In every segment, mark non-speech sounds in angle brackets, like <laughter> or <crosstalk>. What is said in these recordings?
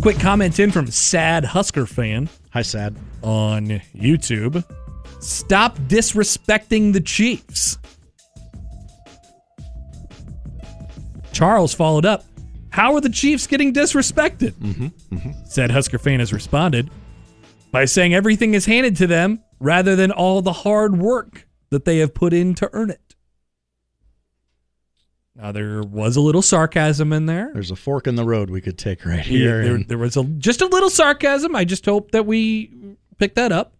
Quick comment in from Sad Husker fan Hi, Sad. on YouTube. Stop disrespecting the Chiefs. Charles followed up. How are the Chiefs getting disrespected? Mm-hmm, Said Husker fan has responded by saying everything is handed to them rather than all the hard work that they have put in to earn it. Now there was a little sarcasm in there. There's a fork in the road we could take right Yeah, here. there, and there was a just a little sarcasm. I just hope that we pick that up.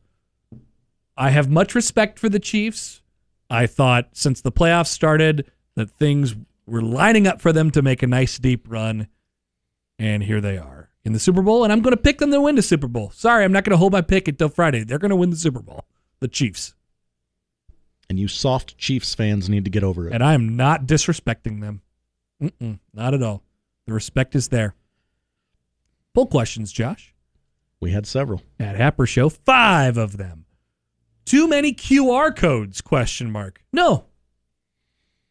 I have much respect for the Chiefs. I thought since the playoffs started that things were lining up for them to make a nice deep run, and here they are in the Super Bowl. And I'm going to pick them to win the Super Bowl. Sorry, I'm not going to hold my pick until Friday. They're going to win the Super Bowl, the Chiefs, and you soft Chiefs fans need to get over it. and I am not disrespecting them. Mm-mm, not at all. The respect is there. Poll questions, Josh. we had several. at Happer Show, five of them. Too many QR codes? Question mark. No,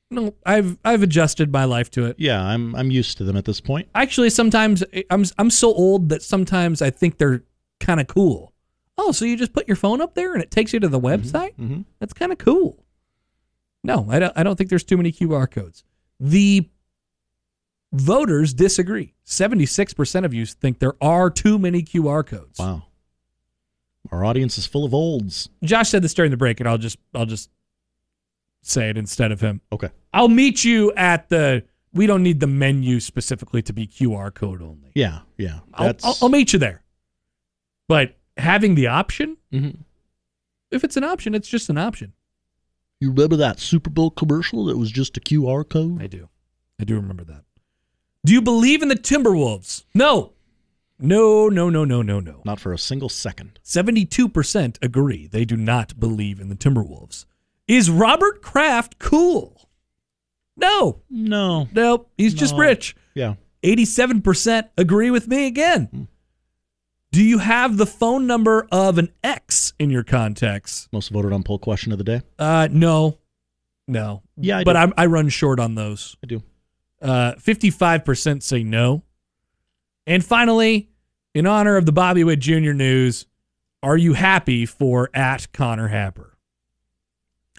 no, I've I've adjusted my life to it. Yeah, I'm I'm used to them at this point. Actually, sometimes I'm I'm so old that sometimes I think they're kind of cool. Oh, so you just put your phone up there and it takes you to the website? mhm. That's kind of cool. No, I don't, I don't think there's too many QR codes. The voters disagree. 76% of you think there are too many QR codes. Wow. Our audience is full of olds. Josh said this during the break, and I'll just I'll just say it instead of him. Okay. I'll meet you at the. We don't need the menu specifically to be QR code only. Yeah, yeah. I'll, I'll, I'll meet you there. But having the option, Mhm. if it's an option, it's just an option. You remember that Super Bowl commercial that was just a QR code? I do, I do remember that. Do you believe in the Timberwolves? No, no, no, no, no, no, no. Not for a single second. 72% agree they do not believe in the Timberwolves. Is Robert Kraft cool? No. No. Nope. He's just No. rich. Yeah. 87% agree with me again. Hmm. Do you have the phone number of an ex in your contacts? Most voted on poll question of the day. Uh, no. No. Yeah, I but do. I'm, I run short on those. I do. Uh, 55% say no. And finally, in honor of the Bobby Witt Jr. news, are you happy for at Connor Happer?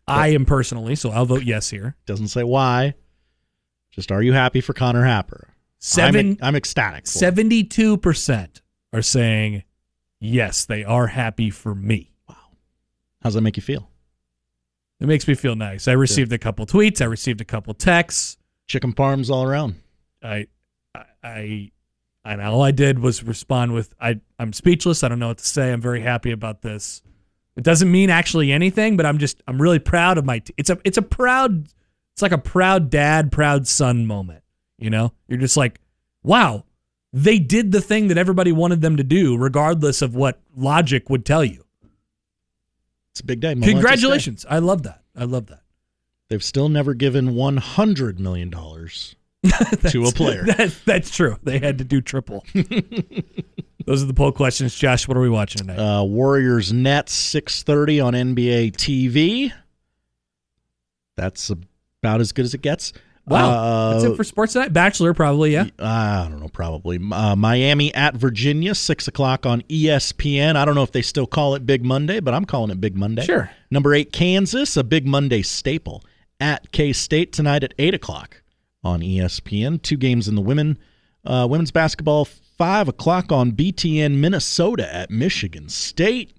I am personally, so I'll vote yes here. Doesn't say why. Just are you happy for Connor Happer? Seven, I'm, I'm ecstatic. for him. 72% are saying yes, they are happy for me. How does that make you feel? It makes me feel nice. I received a couple tweets, I received a couple texts. Chicken parms all around. I, I, I, and all I did was respond with, I, I'm speechless. I don't know what to say. I'm very happy about this. It doesn't mean actually anything, but I'm just, I'm really proud of my. T- it's a, it's a proud, it's like a proud dad, proud son moment. You know, you're just like, wow, they did the thing that everybody wanted them to do, regardless of what logic would tell you. It's a big day. Momentous day. Congratulations! I love that. I love that. They've still never given one hundred million <laughs> dollars to a player. That, that's true. They had to do triple. Those are the poll questions, Josh. What are we watching tonight? Uh, Warriors Nets six thirty on NBA TV. That's about as good as it gets. wow, Uh, that's it for sports tonight. Bachelor, probably. Yeah, I don't know, probably uh, Miami at Virginia, six o'clock on E ESPN. I don't know if they still call it Big Monday, but I'm calling it Big Monday. Sure. Number eight, Kansas, a Big Monday staple at K State tonight at eight o'clock on E ESPN. Two games in the women uh, women's basketball, five o'clock on BTN Minnesota at Michigan State,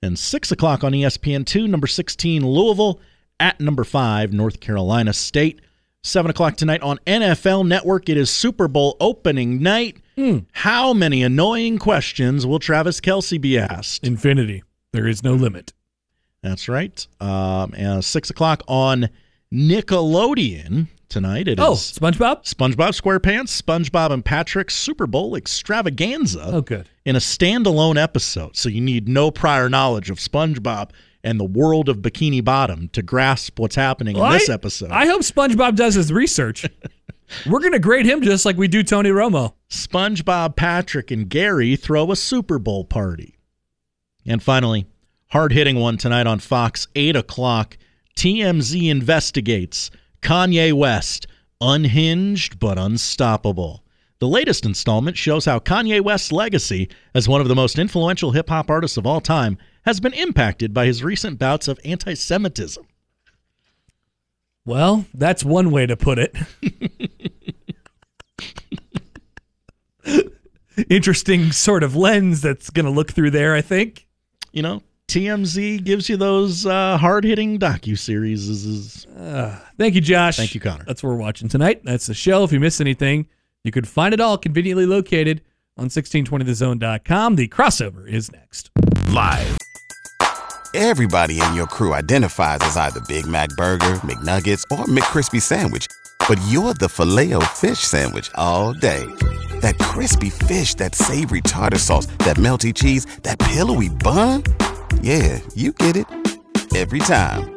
and six o'clock on E ESPN two. Number sixteen, Louisville at number five, North Carolina State. 7 o'clock tonight on NFL Network. It is Super Bowl opening night. How many annoying questions will Travis Kelsey be asked? infinity. There is no limit. That's right. Um, and six o'clock on Nickelodeon tonight. It is Oh, SpongeBob. SpongeBob SquarePants, SpongeBob and Patrick's Super Bowl Extravaganza Oh, good. in a standalone episode. So you need no prior knowledge of SpongeBob and the world of Bikini Bottom to grasp what's happening Well, in this I- episode. I hope SpongeBob does his <laughs> research. We're gonna grade him just like we do Tony Romo. SpongeBob, Patrick, and Gary throw a Super Bowl party. And finally, hard hitting one tonight on Fox, 8 o'clock. TMZ investigates Kanye West, unhinged but unstoppable. The latest installment shows how Kanye West's legacy as one of the most influential hip hop artists of all time has been impacted by his recent bouts of anti Semitism. Well, that's one way to put <laughs> it. Interesting sort of lens that's gonna look through there. I think. You know, TMZ gives you those uh, hard hitting docu series. Thank you, Josh. Thank you, Connor. That's what we're watching tonight. That's the show. If you missed anything, you can find it all conveniently located on 1620thezone.com. The crossover is next. Live. Everybody in your crew identifies as either Big Mac Burger, McNuggets, or McCrispy Sandwich. But you're the filet fish Sandwich all day. That crispy fish, that savory tartar sauce, that melty cheese, that pillowy bun. Yeah, you get it. Every time.